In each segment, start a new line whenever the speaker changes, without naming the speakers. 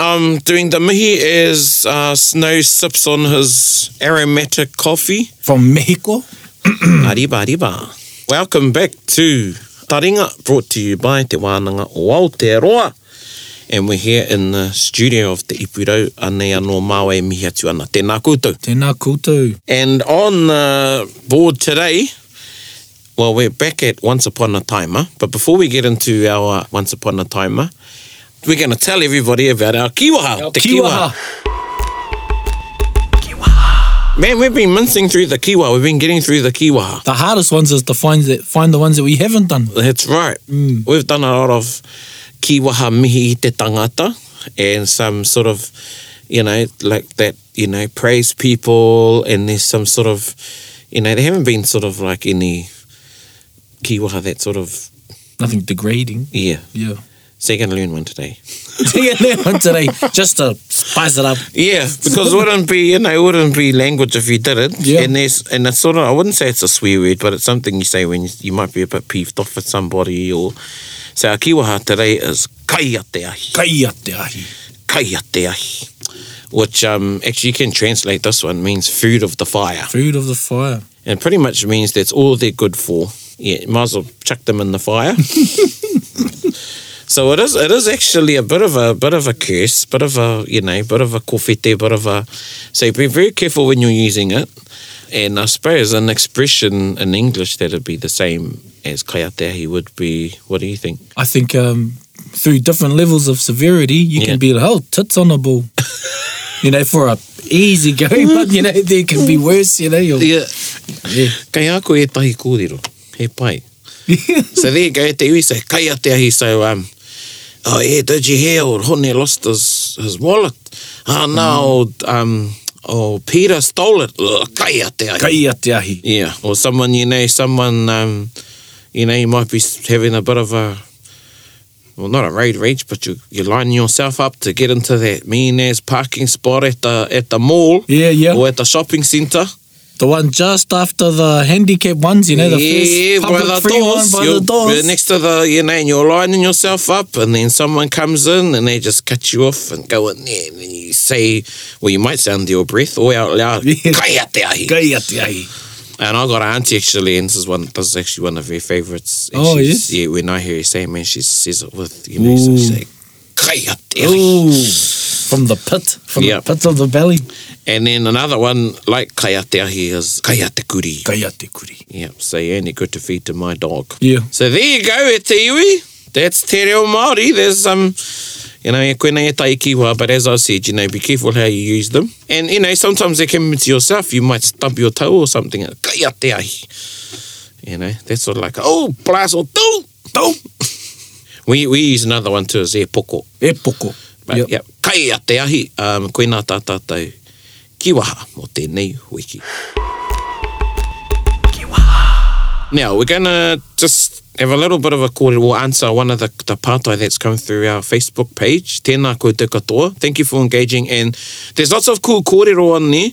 Um, doing the mihi as uh, Snow sips on his aromatic coffee.
From Mexico.
Arriba, arriba. Welcome back to Taringa, brought to you by Te Wānanga o Aotearoa. And we're here in the studio of Te Ipurau, anei anō Māua e mihi atu ana. Tēnā koutou.
Tēnā koutou.
And on the board today, well, we're back at Once Upon a Timer. But before we get into our Once Upon a Timer, we're going to tell everybody about our kiwaha.
Our kiwaha.
Man, we've been mincing through the kiwaha. We've been getting through the kiwaha.
The hardest ones is to find that find the ones that we haven't done.
That's right. We've done a lot of kiwaha mihi i te tangata and some sort of, you know, like that, you know, praise people and there's some sort of, you know, there haven't been sort of like any kiwaha that sort of,
Nothing degrading.
yeah.
Yeah.
So you're going to learn one today.
See that one today, just to spice it up.
Yeah, because it wouldn't be you know it wouldn't be language if you didn't.
Yeah.
And there's and it's sort of I wouldn't say it's a swear word, but it's something you say when you, you might be a bit peeved off at somebody or so our kiwaha today is kai a te ahi.
Kai a te ahi.
Kai a te ahi. Which um actually you can translate this one means food of the fire.
Food of the fire.
And pretty much means that's all they're good for. Yeah, might as well chuck them in the fire. So it is. It is actually a bit of a bit of a curse, bit of a you know, bit of a kofete, bit of a. So be very careful when you're using it. And I suppose an expression in English that'd be the same as kayatehi would be. What do you think?
I think um, through different levels of severity, you
Yeah.
can be like, oh, tits on a ball. you know, for a easy go, but you know, there can be worse, you know. You'll,
Yeah.
yeah.
Kei ako e tahi kōrero. He pai. so there you go. e Te iwi say kai ateahi. So um, oh yeah, did you hear? Or Hone lost his his wallet. Ah no, um, oh Peter stole it. Ugh, Kai ateahi.
Kai a te ahi.
Yeah, or someone you know, someone um, you know, you might be s- having a bit of a well, not a road rage, but you you're lining yourself up to get into that mean ass parking spot at the at the mall
Yeah, yeah.
or at the shopping centre.
The one just after the handicap ones, you know, the
yeah,
first
by
public
the
free
doors,
one by
you're,
the doors.
you're next to the you know, and you're lining yourself up, and then someone comes in and they just cut you off and go in there, and then you say, well, you might sound your breath or out loud,
Yeah.
"Kai ate ahi."
Kai a te ahi.
And I got an auntie actually, and this is one. This is actually one of her favourites. And
Oh,
she's-
yes?
Yeah, when I hear her say, it, man, she says it with you know, so she's
Ooh.
like, "Kai ate ahi."
Ooh, from the pit, from
Yeah.
the pit of the belly.
And then another one like "Kai ate ahi" is "Kai ate kuri."
Kai a te kuri.
Yep, so you only good to feed to my dog.
Yeah.
So there you go, e te iwi. That's Te Reo Māori. There's um, you know, e koena e tai kiwa, but as I said, you know, be careful how you use them. And, you know, sometimes they come into yourself. You might stub your toe or something. and, Kai a te ahi. You know, that's sort of like, oh, blast or tau, tau. we, we use another one too, is e poko.
E poko.
Right, yep. yep. Kai a te ahi, um, koena tā tātou kiwaha mo tēnei wiki. Now, we're going to just have a little bit of a call. We'll answer one of the, the pātai that's come through our Facebook page. Tēnā koutou katoa. Thank you for engaging. And there's lots of cool kōrero on there.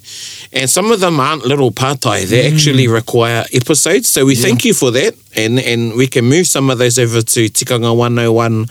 And some of them aren't little pātai. They actually require episodes. So we thank you for that. And and we can move some of those over to Tikanga 101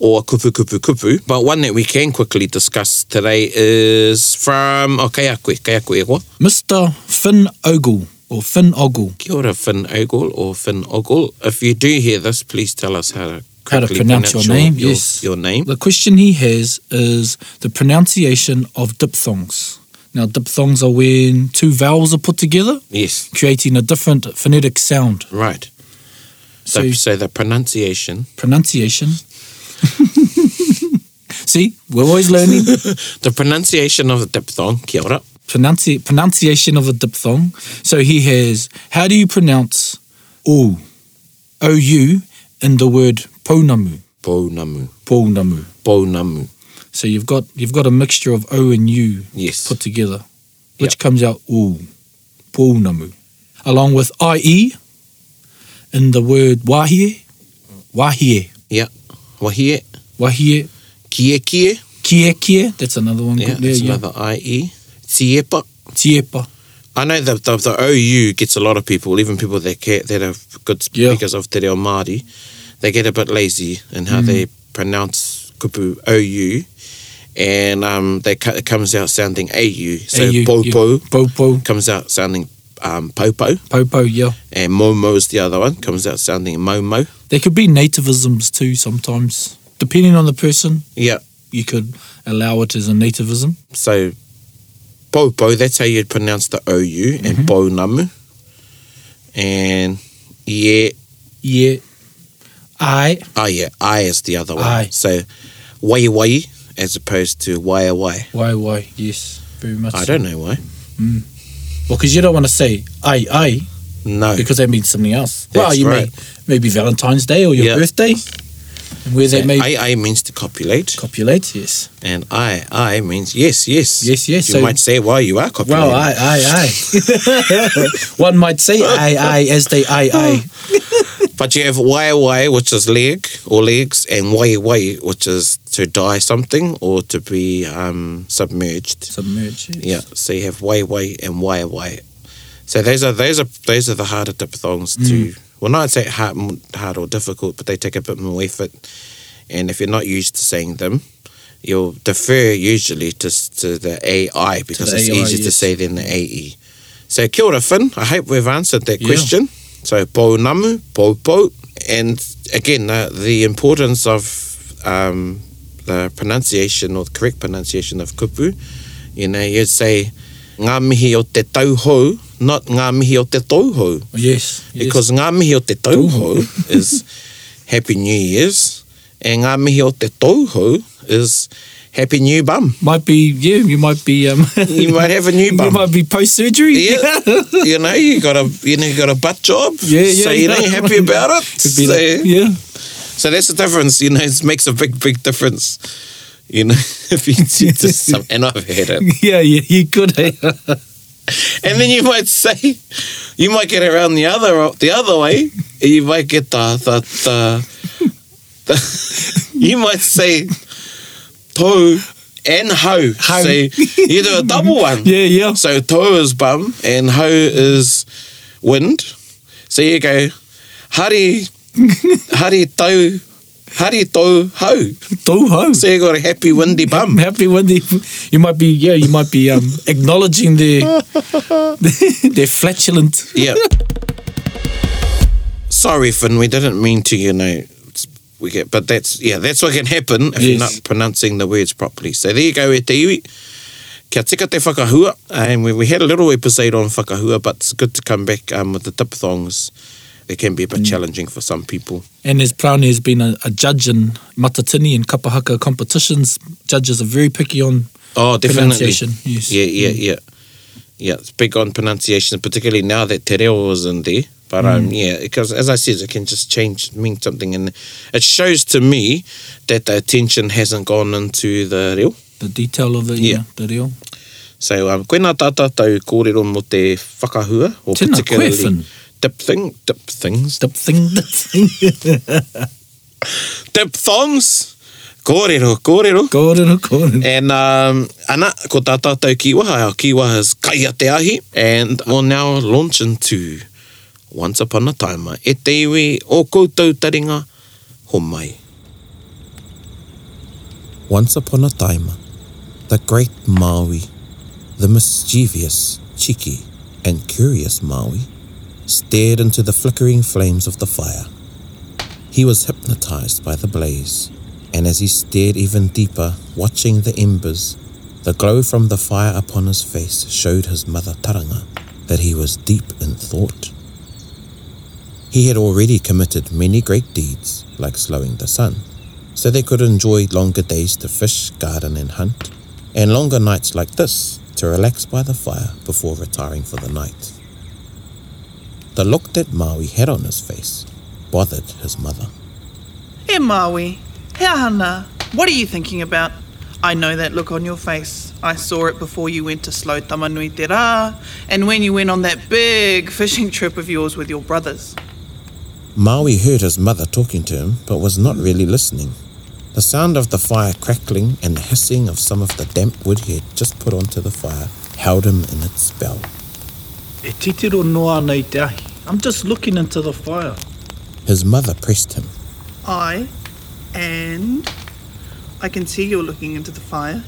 or Kupu Kupu Kupu. But one that we can quickly discuss today is from... Oh, kei a koe. Kei a koe e hoa.
Mr. Finn Ogle, or Finn Ogle.
Kia ora Finn Ogle or Finn Ogle. If you do hear this, please tell us how to,
How to
quickly
pronounce your name,
Your,
yes.
your name.
The question he has is the pronunciation of diphthongs. Now, diphthongs are when two vowels are put together,
Yes,
creating a different phonetic sound.
right. So,
So,
so the pronunciation,
pronunciation. See, we're always learning.
the pronunciation of the diphthong. Kia ora.
Pronunci- pronunciation of a diphthong. So he has, how do you pronounce ou, ou in the word pounamu?
Pounamu.
Pounamu.
Pounamu.
So you've got you've got a mixture of O and U
Yes.
put together, which comes out oo, pōnamu, along with IE in the word wahie, wahie,
Yeah. Wahie.
wahie,
Kie kie.
kie kie. That's another one.
Yeah,
good there,
that's another IE. Tiepa.
Tiepa.
I know the, the the OU gets a lot of people, even people that care, that are good
Yeah.
speakers of Te Reo Māori, they get a bit lazy in
Mm.
how they pronounce kupu OU, and um, they co- it comes out sounding AU. So
AU,
popo
yeah. Popo,
comes out sounding um, popo,
popo, yeah.
and momo's the other one comes out sounding momo.
There could be nativisms too sometimes. Depending on the person,
Yeah,
you could allow it as a nativism.
so popo that's how you'd pronounce the OU and
Mm-hmm.
bonamu, and yeah.
Yeah. I
Oh yeah, I is the other one.
Aye.
So way way as opposed to way away.
Why, why? Yes, very much.
I don't know why.
Well, because you don't want to say I, I,
No.
because that means something else.
That's
well, you
right.
may maybe Valentine's Day or your
Yeah.
birthday, and where they may
I I means to copulate
copulate. Yes.
and I I means yes, yes.
Yes, yes,
You
so-
might say why you are copulating.
Well, I, I, I. One might say I, I as they I, I.
But you have way away which is leg or legs and way way which is to die something or to be um submerged.
Submerge.
Yeah. So you have way way and way away. So those are those are those are the harder diphthongs
Mm.
to. Well, not say hard, hard or difficult, but they take a bit more effort. And if you're not used to saying them, you'll defer usually to s- to the AI because
the
it's
AI,
easier to
yes.
say than the E. AE. So kia ora, Finn. I hope we've answered that
Yeah.
question. So po namu, po po, and again uh, the importance of um, the pronunciation or the correct pronunciation of kupu. You know, you'd say ngā mihi o te tauhou, not ngā mihi o te touhou.
Yes. yes.
Because ngā mihi o te tauhou is Happy New Year's, and ngā mihi o te touhou is Happy New Bum.
might be yeah, you might be um.
You might have a new
You
bum.
might be post surgery.
Yeah, you know, you got a you know you got a butt job.
Yeah, yeah.
So you know, you're happy about it.
Could be
so,
like, yeah.
so that's the difference. You know, it makes a big big difference. You know, if you do just some, and I've had it.
Yeah, yeah, you could. eh?
And then you might say, you might get around the other the other way. And you might get the the, the, the you might say toe and hoe.
Hoe.
So you do a double one.
Yeah, yeah.
So toe is bum and hoe is wind. So you go hari hari toe hari toe hoe.
Do ho.
So you got a happy windy
I'm
bum.
happy when they, you might be yeah you might be um, acknowledging their their flatulent
Yeah. Sorry, Finn, we didn't mean to, you know. it's- We get, but that's yeah, that's what can happen if you're
Yes.
not pronouncing the words properly. So there you go, e te iwi. Kia tika te whakahua, and we, we had a little episode on whakahua, but it's good to come back um, with the diphthongs. It can be a bit
Mm.
challenging for some people.
and as Brownie has been a, a judge in Matatini and Kapahaka competitions judges are very picky on
Oh, definitely.
pronunciation yes
Yeah, yeah, yeah. Yeah, it's big on pronunciation, particularly now that Te Reo is in there. But
Mm.
um, yeah, because as I said, it can just change, mean something. And it shows to me that the attention hasn't gone into the reo.
the detail of it
Yeah.
yeah, the reo
So, um, koe nā tātou kōrero mo te whakahua, or
Tēnā koe,
particularly
Finn.
dip thing, dip things,
the thing the thing
dip thongs, kōrero, kōrero.
kōrero kōrero
And um, ana, ko tā tātou kiwaha, our kiwaha is Kaia Te Ahi, and we'll now launch into Once Upon a Time. E te iwi o koutou taringa, ho mai. Once upon a time, the great Maui, the mischievous, cheeky, and curious Maui, stared into the flickering flames of the fire. He was hypnotized by the blaze, and as he stared even deeper, watching the embers, the glow from the fire upon his face showed his mother Taranga that he was deep in thought. He had already committed many great deeds, like slowing the sun, so they could enjoy longer days to fish, garden, and hunt, and longer nights like this to relax by the fire before retiring for the night. The look that Maui had on his face bothered his mother.
Hey, Maui. Hey, Hana. What are you thinking about? I know that look on your face. I saw it before you went to Slow Tamanui Te Rā and when you went on that big fishing trip of yours with your brothers.
Maui heard his mother talking to him, but was not really listening. The sound of the fire crackling and the hissing of some of the damp wood he had just put onto the fire held him in its spell.
E titiro noa nei te ahi. I'm just looking into the fire.
His mother pressed him.
I and I can see you're looking into the fire.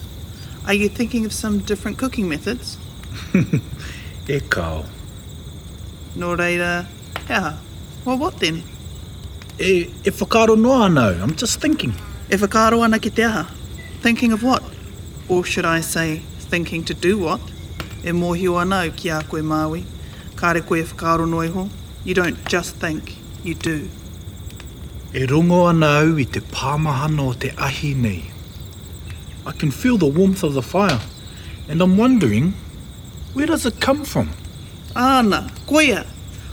Are you thinking of some different cooking methods?
E kao.
No reira, yeah. Well, what then?
E, e whakaro noa anau. I'm just thinking.
E whakaro ana ki te aha. Thinking of what? Or should I say, thinking to do what? E mōhio anau ki a koe Māui. Kāre koe e whakaro noiho. You don't just think, you do.
E rongo anau i te pāmahana o te ahi nei. I can feel the warmth of the fire. And I'm wondering, where does it come from?
Ana, koia.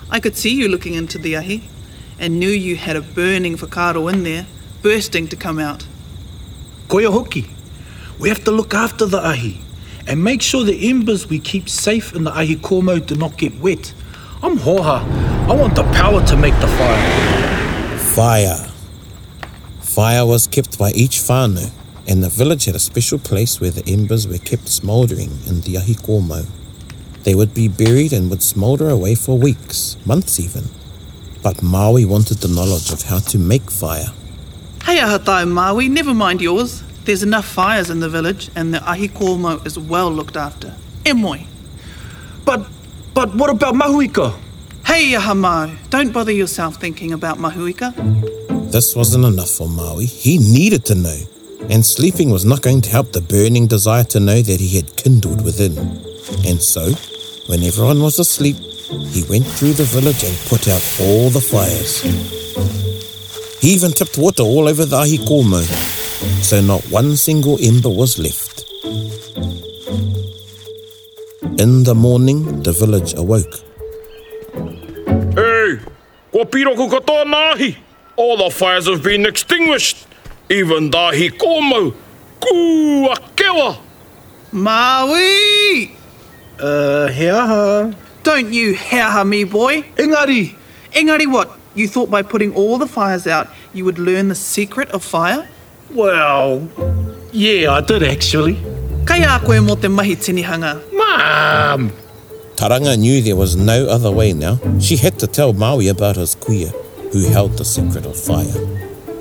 I could see you looking into the ahi and knew you had a burning whakaro in there, bursting to come out.
Koia hoki. We have to look after the ahi and make sure the embers we keep safe in the ahi komo do not get wet. I'm hoha. I want the power to make the fire.
Fire. Fire was kept by each whānau, and the village had a special place where the embers were kept smouldering in the ahi komo. They would be buried and would smoulder away for weeks, months even. But Maui wanted the knowledge of how to make fire.
Hey aha tāu Māui, never mind yours. There's enough fires in the village and the ahi komo is well looked after. E moi.
But, but what about Mahuika?
Hey aha mau, don't bother yourself thinking about Mahuika.
This wasn't enough for Maui. He needed to know, and sleeping was not going to help the burning desire to know that he had kindled within. And so, when everyone was asleep, he went through the village and put out all the fires. He even tipped water all over the ahi komo, so not one single ember was left. In the morning, the village awoke.
Hey, ko piro ko tōna ahi. All the fires have been extinguished. Even dahi komo. Kua kewa.
Maui!
Uh, he aha.
Don't you heaha me, boy.
Engari,
Engari, what? You thought by putting all the fires out, you would learn the secret of fire?
Well, yeah, I did actually.
Kei a koe mō te mahi tinihanga.
Mom!
Taranga knew there was no other way now. She had to tell Maui about his kuia, who held the secret of fire.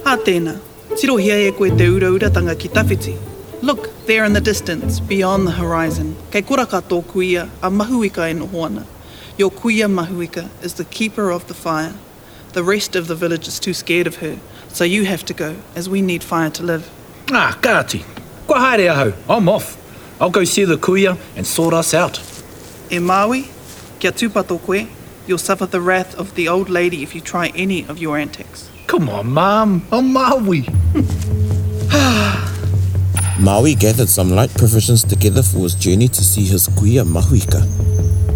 Hā tēnā, tirohia e koe te urauratanga ki tawhiti. Look, there in the distance, beyond the horizon, kei kora kato kuia a mahuika e noho ana. Your kuia mahuika is the keeper of the fire. The rest of the village is too scared of her, so you have to go, as we need fire to live.
Ah, karati. Kua haere ahau. Oh. I'm off. I'll go see the kuia and sort us out.
E Maui, kia tūpato koe, you'll suffer the wrath of the old lady if you try any of your antics.
Come on, Mom. I'm Maui.
Maui gathered some light provisions together for his journey to see his kuia Mahuika.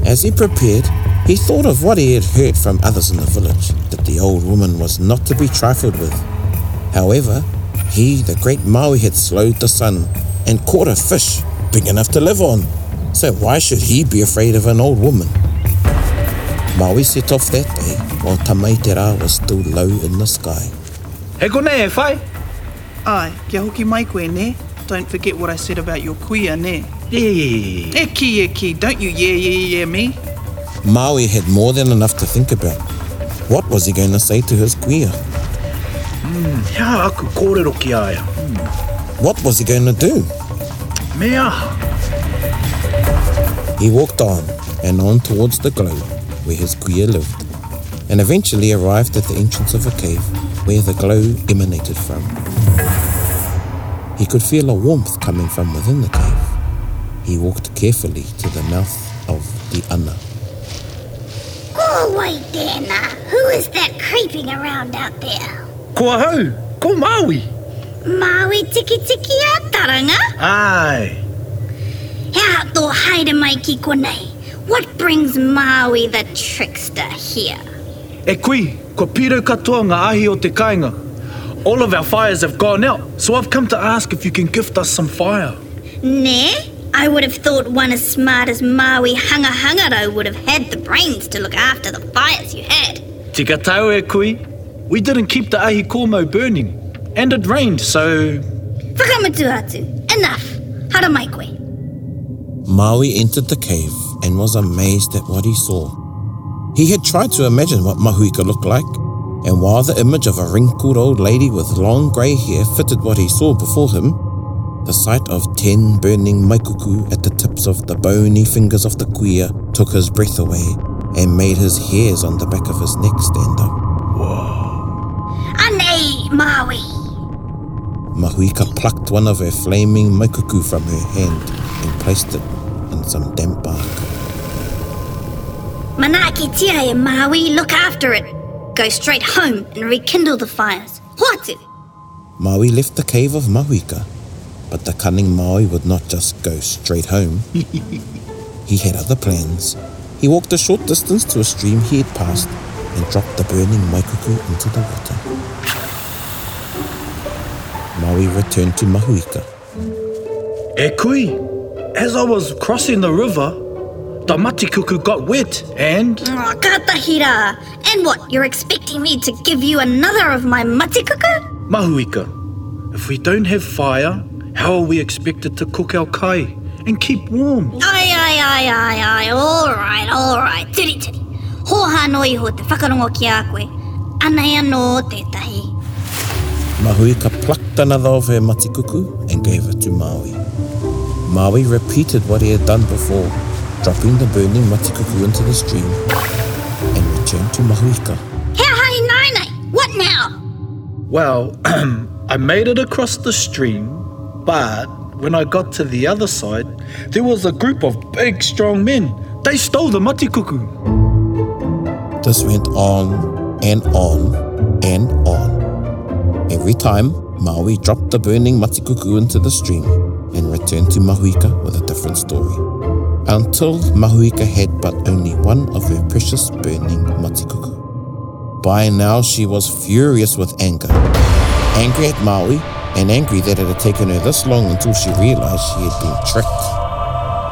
As he prepared, he thought of what he had heard from others in the village that the old woman was not to be trifled with. However, he, the great Maui, had slowed the sun and caught a fish big enough to live on. So why should he be afraid of an old woman? Maui set off that day while Tamaitera was still low in the sky.
He konei e whai?
Ai, kia hoki mai koe, ne? Don't forget what I said about your kuia, ne?
Yeah.
E ki, e ki, don't you yeah, yeah, yeah me?
Maui had more than enough to think about. What was he going to say to his kuia?
Hea aku kōrero ki aia.
What was he going to do?
Me aha.
He walked on and on towards the glow where his kuia lived, and eventually arrived at the entrance of a cave where the glow emanated from. He could feel a warmth coming from within the cave. He walked carefully to the mouth of the Anna.
Oh, wait there now. Who is that creeping around out there?
Ko ahau. Ko Maui.
Maui tiki tiki a taranga.
Ai.
How to hide mai ki konei. What brings Maui the trickster here?
E kui, ko piro katoa ngā ahi o te kāinga.
All of our fires have gone out, so I've come to ask if you can gift us some fire.
Nah, I would have thought one as smart as Maui Hanga Hangaro would have had the brains to look after the fires you had.
Tika tau e koe. We didn't keep the ahi kormo burning, and it rained, so
Whakamatu atu. Enough. Hara mai koe.
Maui entered the cave and was amazed at what he saw. He had tried to imagine what Mahuika looked like, and while the image of a wrinkled old lady with long grey hair fitted what he saw before him, the sight of ten burning maikuku at the tips of the bony fingers of the queer took his breath away and made his hairs on the back of his neck stand up.
Anei, Maui.
Mahuika plucked one of her flaming maikuku from her hand and placed it in some damp bark.
Manaki tia e Maui, look after it. Go straight home and rekindle the fires. Hoatu.
Maui left the cave of Mahuika, but the cunning Maui would not just go straight home. he had other plans. He walked a short distance to a stream he had passed and dropped the burning maikuku into the water. Maui returned to Mahuika.
E kui, as I was crossing the river, the matikuku got wet and
Oh, katahira. And what, you're expecting me to give you another of my matikuku?
mahuika. If we don't have fire, how are we expected to cook our kai and keep warm?
Ai, ai, ai, ai, ai. All right, all right. Tiri, tiri. Hoha no iho te whakarongo ki a koe. Anei anō tētahi.
Mahuika plucked another of her matikuku and gave it to Maui. Maui repeated what he had done before, dropping the burning matikuku into the stream and returned to Mahuika.
Hea hai nai nai. What now?
Well, I made it across the stream, but when I got to the other side, there was a group of big, strong men. They stole the matikuku.
This went on and on and on. Every time, Maui dropped the burning matikuku into the stream and returned to Mahuika with a different story. Until Mahuika had but only one of her precious burning matikuku. By now, she was furious with anger. Angry at Maui and angry that it had taken her this long until she realized she had been tricked.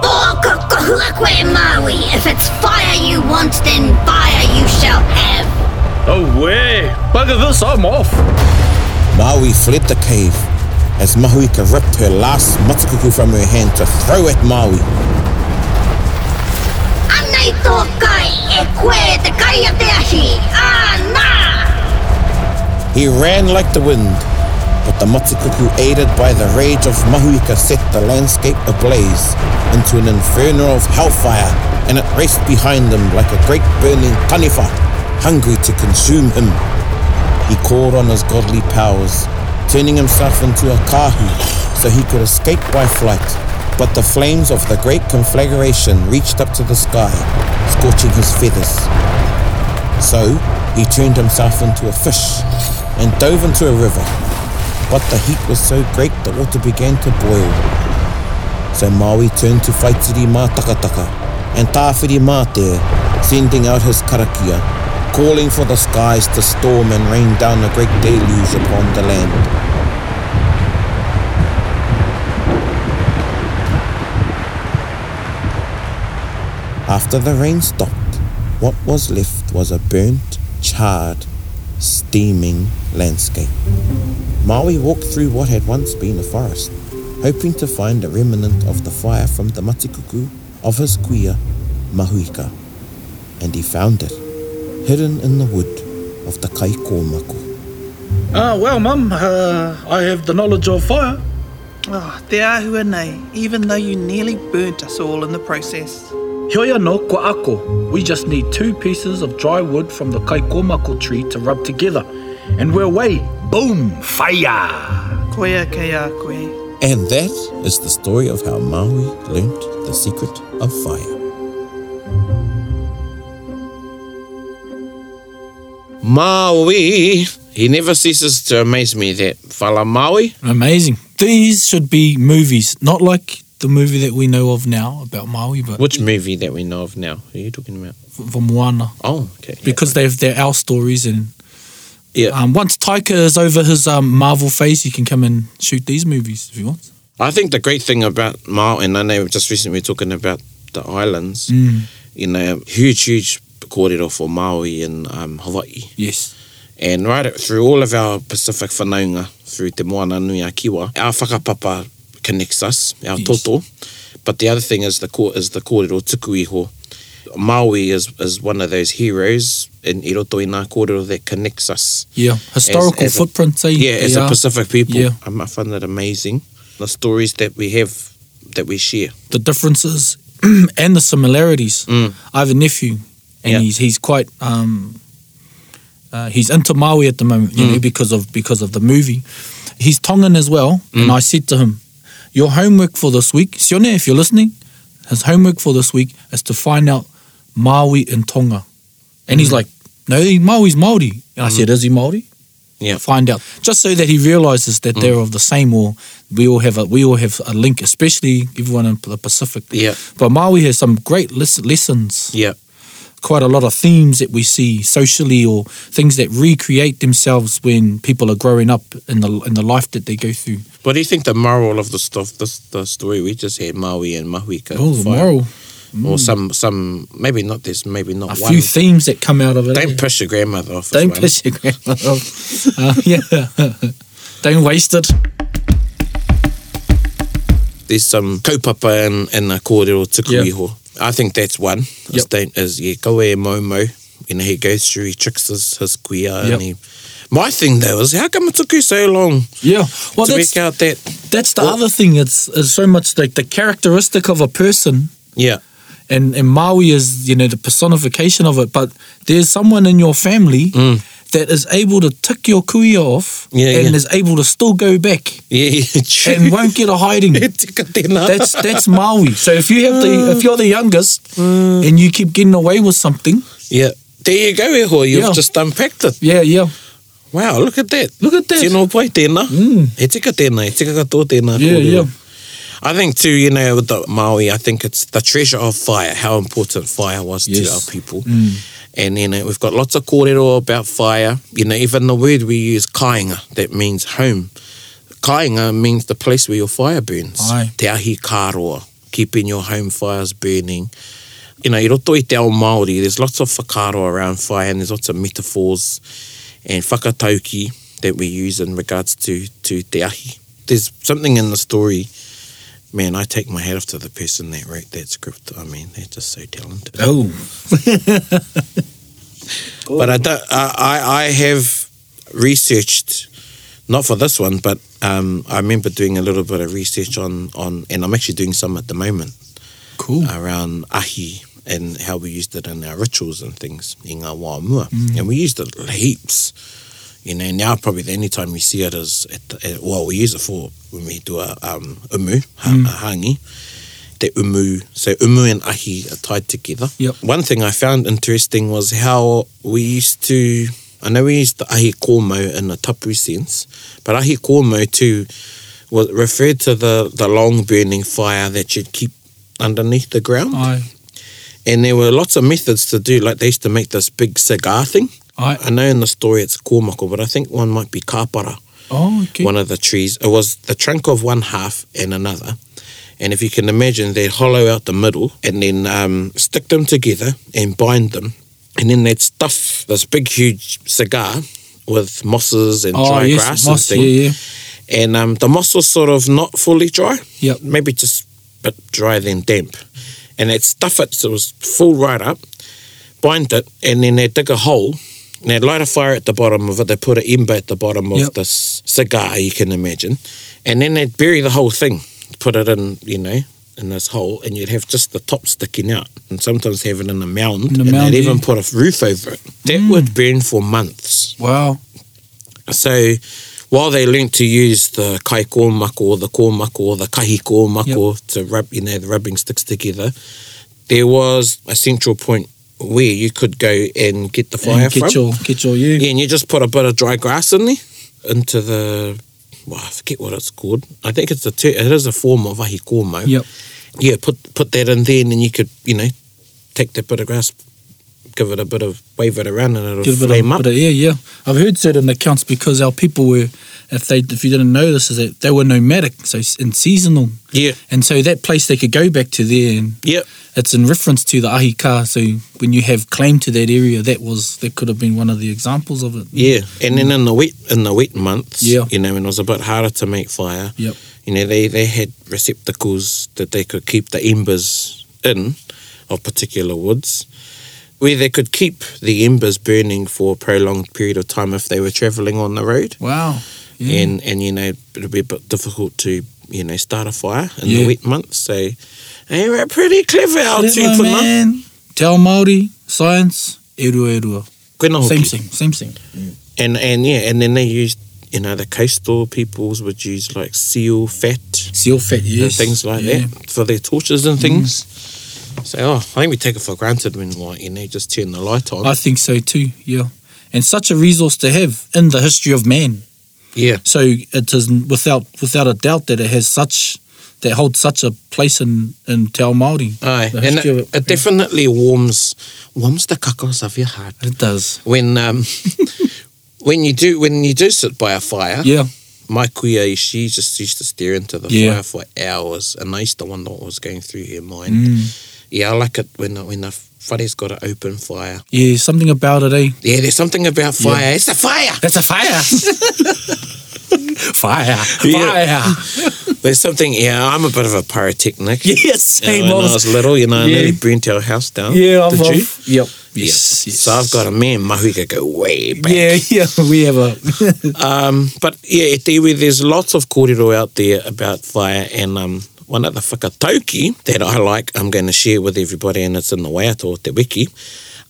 Oh, kokohuakwe Maui. If it's fire you want, then fire you shall have.
No way! Bugger this, I'm off!
Maui fled the cave as Mahuika ripped her last matikuku from her hand to throw at Maui.
Anei tō kai e koe te kai a te ahi. Ānā!
He ran like the wind, but the matikuku, aided by the rage of Mahuika, set the landscape ablaze into an inferno of hellfire, and it raced behind him like a great burning tanifa, hungry to consume him. He called on his godly powers, turning himself into a kahu so he could escape by flight. But the flames of the great conflagration reached up to the sky, scorching his feathers. So he turned himself into a fish and dove into a river. But the heat was so great the water began to boil. So Maui turned to Waitiri Mā Takataka and Tāwhiri Mā there, sending out his karakia, calling for the skies to storm and rain down a great deluge upon the land. After the rain stopped, what was left was a burnt, charred, steaming landscape. Maui walked through what had once been a forest, hoping to find a remnant of the fire from the matikuku of his kuia, Mahuika. And he found it, hidden in the wood of the Kaikōmaku.
Ah, well, Mum, uh, I have the knowledge of fire.
Ah, te āhua nei, even though you nearly burnt us all in the process.
Hioia no kua ako. We just need two pieces of dry wood from the kaikomako tree to rub together. And we're away. Boom! Fire!
Koea kei a koe.
And that is the story of how Maui learnt the secret of fire.
Maui. He never ceases to amaze me, that fella Maui.
Amazing. These should be movies, not like the movie that we know of now about Maui, but
Which movie that we know of now? Who are you talking about?
for Moana.
Oh, okay.
Because they have, they're our stories and
Yeah.
Um, once Taika is over his um, Marvel phase, he can come and shoot these movies if he wants.
I think the great thing about Mao, and I know just recently we were talking about the islands,
Hmm.
you know, huge, huge corridor for Maui and um, Hawaii.
Yes.
And right up through all of our Pacific whanaunga, through Te Moana Nui a Kiwa, our whakapapa connects us, our
Yes.
toto. But the other thing is the core is the kōrero tuku iho. Maui is, is one of those heroes in i roto i nā kōrero that connects us.
Yeah. Historical
as a-
footprints. eh?
Yeah, as
They
a
are.
Pacific people.
Yeah.
Um, I find that amazing. The stories that we have, that we share.
the differences and the similarities.
Mm.
I have a nephew, and
Yeah.
he's he's quite um, uh, he's into Maui at the moment,
Mm.
you know, because of because of the movie. He's Tongan as well, and
Mm.
I said to him, "Your homework for this week, Sione, if you're listening, his homework for this week is to find out Maui and Tonga." And
Mm.
he's like, "No, he- Maui's Maori." And I said, "Is he Maori?"
Yeah.
find out just so that he realizes
Mm.
that they're of the same or we all have a we all have a link especially everyone in the pacific
Yeah.
but Maui has some great les- lessons,
Yeah.
quite a lot of themes that we see socially or things that recreate themselves when people are growing up in the in the life that they go through.
What do you think the moral of the stuff, this the story we just had, Maui and Mahuika?
Oh, the
fire?
moral.
Or some, some maybe not this, maybe
A
not one.
few themes that come out of it. eh?
Don't push your grandmother off. as
Don't
well.
piss your grandmother off. uh, yeah. Don't waste it.
There's some kaupapa in, in a kōrero tuku
Yeah.
iho. I think that's one. Is,
Yep.
don't, is yeah, koe momo. You know, he goes through, he tricks his, his kuia.
Yep.
And he, my thing though is, how come it took you so long
Yeah. Well,
to
that's
work out that?
that's the
Well-
other thing. It's, it's so much like the characteristic of a person
Yeah,
and and Maui is you know the personification of it. But there's someone in your family that is able to tick your kuia off
Mm. Yeah,
and
yeah.
is able to still go back
yeah, yeah. true.
and won't get a hiding.
Tika tēnā.
That's that's Maui. So if you have
Mm.
the if you're the youngest and you keep getting away with something,
yeah. There you go, Eho. You've
Yeah.
just unpacked it.
yeah, yeah,
Wow, look at that.
Look at that.
Tēnō pai tēnā. Mm. He tika tēnā, he tika katoa tēnā.
yeah,
kōrero.
yeah,
I think too, you know, with the Maui, I think it's the treasure of fire, how important fire was
Yes.
to our people. And you know, we've got lots of kōrero about fire. You know, even the word we use, kāinga, that means home. Kāinga means the place where your fire burns.
Aye.
Te ahi kāroa, keeping your home fires burning. You know, i roto i te ao Māori, there's lots of whakaaro around fire and there's lots of metaphors and whakatauki that we use in regards to, to te ahi. There's something in the story Man, I take my hat off to the person that wrote that script. I mean, they're just so talented.
Oh,
But I don't. I I, I have researched, not for this one, but um, I remember doing a little bit of research on on, and I'm actually doing some at the moment
cool.
around ahi and how we used it in our rituals and things in our wāmua. And we used it heaps. You know, now probably the only time we see it is, at the, at, well, we use it for when we do a um, umu, ha, a hangi, the umu. So umu and ahi are tied together.
Yep.
One thing I found interesting was how we used to, I know we used the ahi kōmau in a tapu sense, but ahi kōmau too was referred to the, the long burning fire that you'd keep underneath the ground.
I
And there were lots of methods to do, like they used to make this big cigar thing. I
I
know in the story it's kōmako, but I think one might be kāpara,
oh okay.
one of the trees. It was the trunk of one half and another. And if you can imagine, they'd hollow out the middle and then um, stick them together and bind them. And then they'd stuff this big, huge cigar with mosses and
Oh
dry
yes,
grass
moss.
and
Yeah,
things
yeah,
and um, the moss was sort of not fully dry.
Yep.
Maybe just a bit dry then damp. And they'd stuff it so it was full right up, bind it, and then they'd dig a hole and they'd light a fire at the bottom of it. They put an ember at the bottom of
Yep.
this cigar, you can imagine. And then they'd bury the whole thing, put it in, you know, in this hole, and you'd have just the top sticking out. And sometimes have it in a mound.
In a
and
mound,
they'd even
yeah.
put
Hmm.
a roof over it. That would burn for months.
Mm. Wow.
So while they learnt to use the kai kōmako or the kōmako or the kahi kōmako to rub, you know, the rubbing sticks together, there was a central point where you could go and get the fire
And
from.
get your get your yeah.
yeah, and you just put a bit of dry grass in there into the, well, I forget what it's called. I think it's a, ter- it is a form of ahi kōmau
Yep.
yeah, put put that in there, and then you could, you know, take that bit of grass, give it a bit of wave it around and it'll
Give it a
flame up.
bit of air, yeah. I've heard certain accounts because our people were, if they if you didn't know this, is that they were nomadic, so s- and seasonal,
yeah,
and so that place they could go back to there, and
yeah,
it's in reference to the ahi ka. So when you have claim to that area, that was that could have been one of the examples of it.
yeah. And then in the wet in the wet months,
Mm. Yeah.
you know, when it was a bit harder to make fire,
Yep.
you know, they, they had receptacles that they could keep the embers in of particular woods, where they could keep the embers burning for a prolonged period of time if they were travelling on the road.
Wow.
and and you know it'll be a bit difficult to you know start a fire in
Yeah.
the wet months. So they were pretty clever our
Clever,
tūpuna.
man. Tell Maori science. E rua, e rua.
Koena hoki.
Same thing, same thing.
And and yeah, and then they used you know the coastal peoples would use like seal fat
Seal fat, yes.
and things like
yeah. Mm.
that for their torches and things. So oh, I think we take it for granted when like you know just turn the light on.
I think so too, yeah. And such a resource to have in the history of man.
yeah,
So it is n- without without a doubt that it has such that holds such a place in in Te Ao Māori.
aye,
The
and it,
history of
it,
it, yeah.
definitely warms warms the cockles of your heart
It does.
when um when you do when you do sit by a fire.
Yeah.
my kuya, she just used to stare into the
Yeah.
fire for hours, and I used to wonder what was going through her mind.
Mm.
Yeah, I like it when the, when the whare's got an open fire.
Yeah, something about it, eh?
Yeah, there's something about fire. It's a fire.
That's a fire. fire.
Yeah.
Fire.
There's something. Yeah, I'm a bit of a pyrotechnic.
Yes,
You know,
same
when I was little, you know, I
Yeah.
nearly burnt our house down.
Yeah,
Did
I'm
you?
off. Yep.
Yeah.
Yes, yes.
So I've got a man, Mahuika, go way back.
Yeah, yeah, we have a
Um, but yeah, e te iwi, there's lots of kōrero out there about fire and um, one of the whakatauki that I like, I'm going to share with everybody and it's in the Waiata o Te Wiki.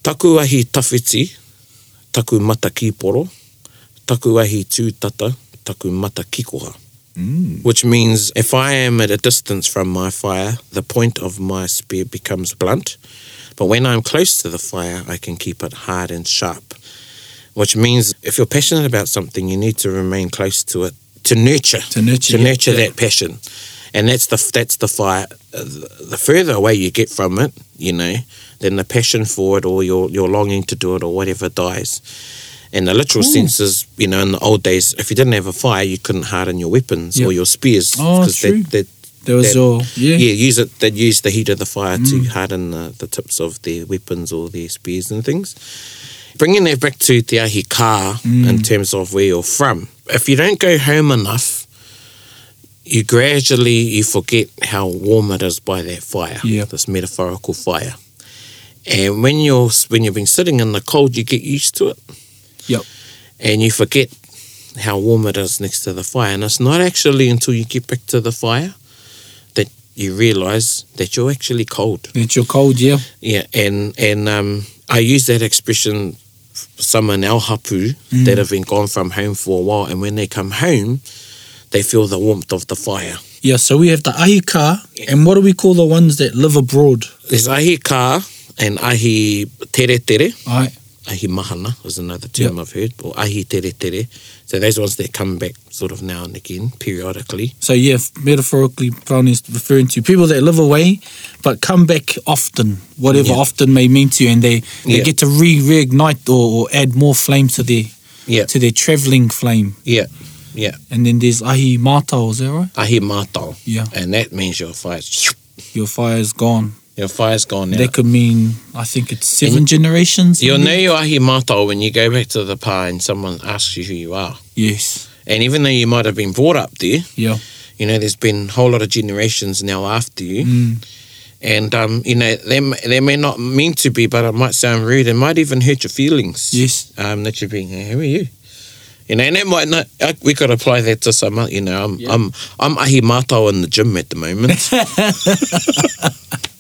Taku ahi tawhiti, taku mata kīporo, taku ahi tūtata, taku mata kikoha. Mm. Which means if I am at a distance from my fire, the point of my spear becomes blunt. But when I'm close to the fire, I can keep it hard and sharp. which means if you're passionate about something, you need to remain close to it to nurture,
To nurture,
to
yeah,
nurture
yeah.
that passion, and that's the that's the fire. Uh, The the further away you get from it, you know, then the passion for it or your your longing to do it or whatever dies. In the literal sense is, you know, in the old days, if you didn't have a fire, you couldn't harden your weapons or
Yeah.
your spears
Oh, true.
they, they,
there was
That-
your yeah. Mm.
yeah, use it. They'd use the heat of the fire to harden the, the tips of their weapons or their spears and things. Bringing that back to Te Ahi Ka
Mm.
in terms of where you're from, if you don't go home enough, you gradually you forget how warm it is by that fire,
Yeah.
this metaphorical fire. And when you're when you've been sitting in the cold, you get used to it
Yep.
and you forget how warm it is next to the fire. And it's not actually until you get back to the fire that you realise that you're actually cold.
That you're cold, yeah.
Yeah, and and um, I use that expression for someone our hapu that have been gone from home for a while, and when they come home, they feel the warmth of the fire.
Yeah, so we have the ahi ka, and what do we call the ones that live abroad?
There's ahi ka and ahi tere tere.
Right.
ahi mahana was another term
Yep.
I've heard, or ahi tere tere. So those ones that come back sort of now and again, periodically.
So yeah, f- metaphorically, Brown is referring to people that live away, but come back often, whatever
Yeah.
often may mean to you, and they, they
Yeah.
get to re reignite or, or add more flame to their
Yeah,
to their travelling flame.
yeah, yeah.
And then there's ahi matao, is that right?
Ahi mātau.
Yeah,
And that means your fire's,
your fire's gone.
your fire's gone now.
That could mean I think it's
And-
seven generations.
You'll
maybe?
know your ahi mātau when you go back to the pa and someone asks you who you are.
Yes.
And even though you might have been brought up there,
Yeah.
you know, there's been a whole lot of generations now after you.
Mm.
And, um, you know, they, m- they may not mean to be, but it might sound rude. It might even hurt your feelings.
Yes.
um, that you're being, hey, who are you? You know, and that might not. I, we could apply that to some. oth- You know, I'm I'm I'm ahi mātau in the gym at the moment.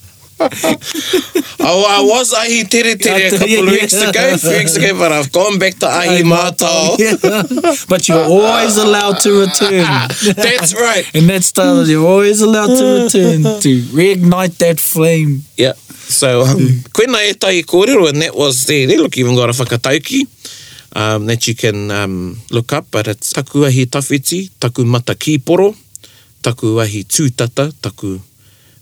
oh, I was ahi tere tere a couple of weeks ago, a few weeks ago, but I've gone back to ahi mātau.
Yeah. but you're always allowed to return.
That's right.
And that's the you're always allowed to return to reignite that flame.
Yeah. So um, koina e tai kōrero, and that was there. They look even got a whakatauki um, that you can um, look up, but it's taku ahi tawhiti, taku mata kīporo, taku ahi tūtata, taku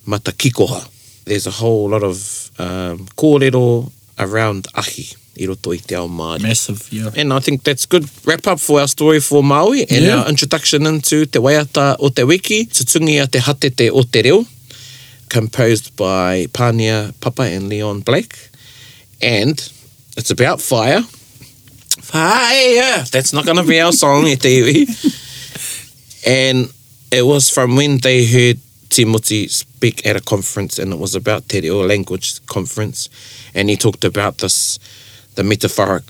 mata kikoha. There's a whole lot of um, kōrero
around ahi i roto i te ao Māori.
Massive, yeah.
And I think that's good wrap up for our story for Maui and
Yeah.
our introduction into Te Waiata o Te Wiki, Tutungia Te Hatete o Te Reo, composed by Pania Papa and Leon Blake. And it's about fire. Fire! That's not going to be our song e te iwi. And it was from when they heard Timothy speak at a conference, and it was about Te Reo language conference, and he talked about this, the metaphoric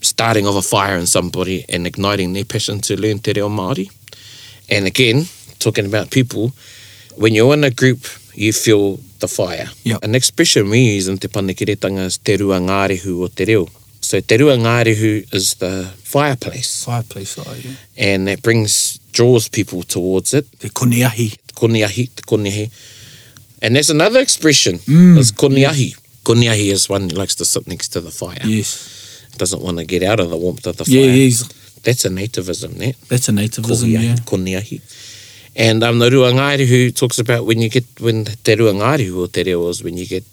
starting of a fire in somebody and igniting their passion to learn Te Reo Māori. And again, talking about people, when you're in a group, you feel the fire.
Yep.
An expression we use in Te Panikiretanga is Te Rua Ngārehu o Te Reo. So Te Rua Ngārehu is the fireplace,
Fireplace, oh, yeah.
and that brings draws people towards it
Te kuneahi.
koniahi, te koniahi. And there's another expression, mm. it's koniahi. Koniahi is one who likes to sit next to the fire,
Yes.
doesn't want to get out of the warmth of the fire.
Yeah, yes.
That's a nativism, that.
That's a nativism,
Koniahi,
yeah.
koniahi. And um, the ruangari who talks about when you get, when te ruangari or te reo is when you get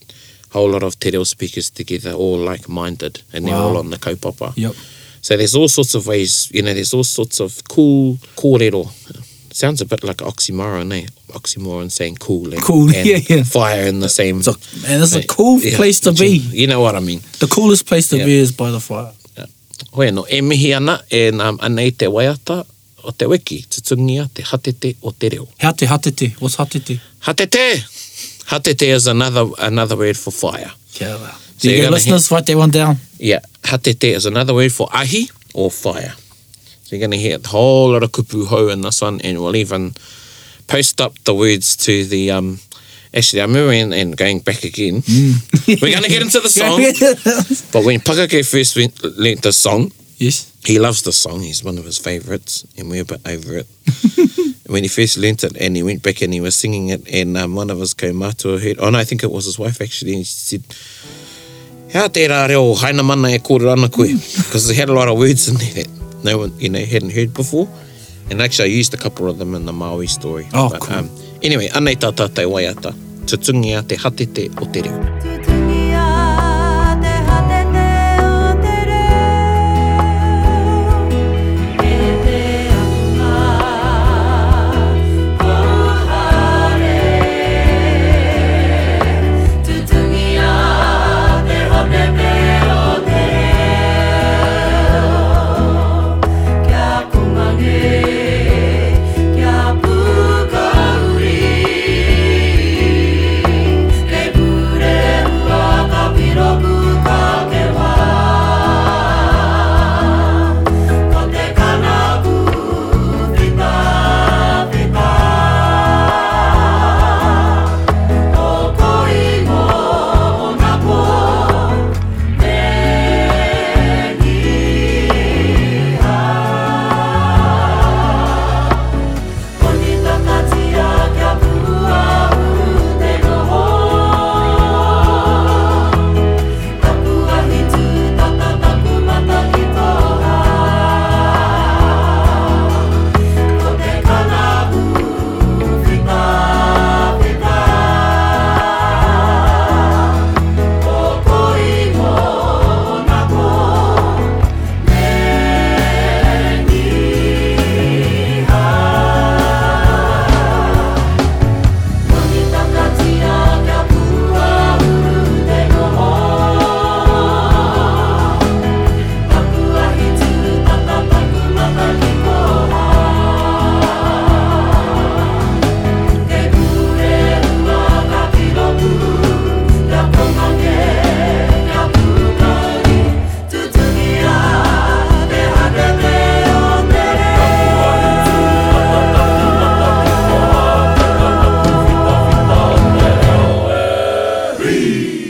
a whole lot of te reo speakers together, all like-minded, and they're
Wow.
all on the kaupapa.
Yep.
So there's all sorts of ways, you know, there's all sorts of cool kōrero. Sounds a bit like an oxymoron, eh? Oxymoron saying cool and,
Cool,
and
yeah, yeah.
fire in the same.
So, man, that's a cool
Yeah,
place to be.
You know what I mean.
The coolest place to
Yeah.
be is by the fire.
Hoi no, e mihi ana, e um, ana i te waiata o te wiki, tutungia te hatete o te reo.
Hea te hatete. What's hatete?
Hatete! Hatete is another another word for fire.
Kia ora.
So
So you
you're
go,
gonna
listeners, write that one down.
Yeah, hatete is another word for ahi or fire. So you're going to hear a whole lot of kupu ho in this one, and we'll even post up the words to the. Um, actually, I remember and, and going back again. We're going to get into the song, but when Pakake first went, learnt the song,
yes.
he loves the song. He's one of his favourites, and we're a bit over it. when he first learnt it, and he went back and he was singing it, and um, one of his kaumātua heard. Oh no, I think it was his wife actually, and she said, "How te rā reo haina mana e kōrero ana koe,"
Mm.
because it had a lot of words in there that no one you know hadn't heard before. And actually, I used a couple of them in the Maui story. um,
Oh, cool.
anyway, anei tātā te waiata. Tutungi a te hatete o te reo.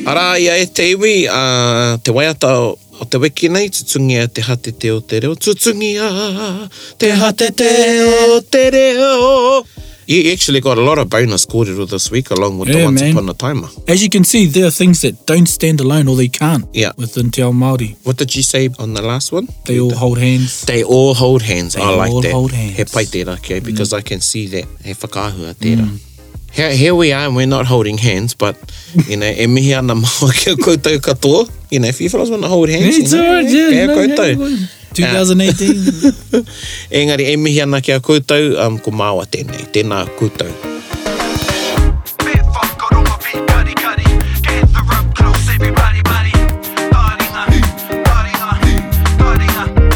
Ara ia e te iwi, uh, te waiata o, o te wiki nei, tutungi a te hatete o te reo, tutungi a te hatete o te reo. You actually got a lot of bonus kōrero this week along with the
Yeah,
Once
man.
Upon a Timer.
As you can see, there are things that don't stand alone or they can't
Yeah.
within Te Ao Māori.
What did you say on the last one?
They all hold hands.
They all hold hands.
They
I like
all
that.
hold hands.
Mm.
He pai tērā kia, because I can see that. He whakāhua tērā.
here, here we are and we're not holding hands, but, you know, e mihi ana maua kia koutou katoa. You know, if you fellas want to hold hands,
It's
you know,
alright, yeah.
kia
no,
koutou.
yeah, yeah. 2018.
Engari, e mihi ana kia koutou, um, ko māua tēnei, tēnā koutou.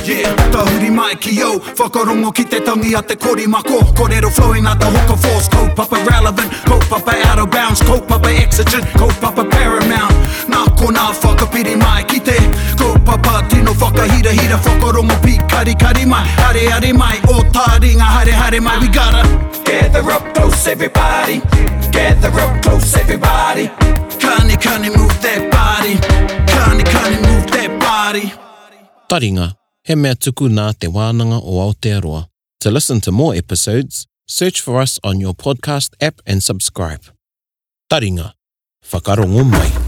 Yeah, tahuri mai ki au Whakarongo ki te tangi a te kori mako Korero flowing a te hoka force Kaupapa relevant, kaupapa out of bounds Kaupapa exigent, kaupapa paramount Nā kona whakapiri mai ki te Kaupapa tino whakahira hira Whakarongo pi kari kari mai Hare hare mai, o tā ringa hare hare mai We gotta
Gather up close, everybody. Gather up close, everybody.
Kani kani move that body Kani kani move that body
Taringa, he mea tuku nā te wānanga o Aotearoa. To listen to more episodes, search for us on your podcast app and subscribe. Taringa, whakarongo mai.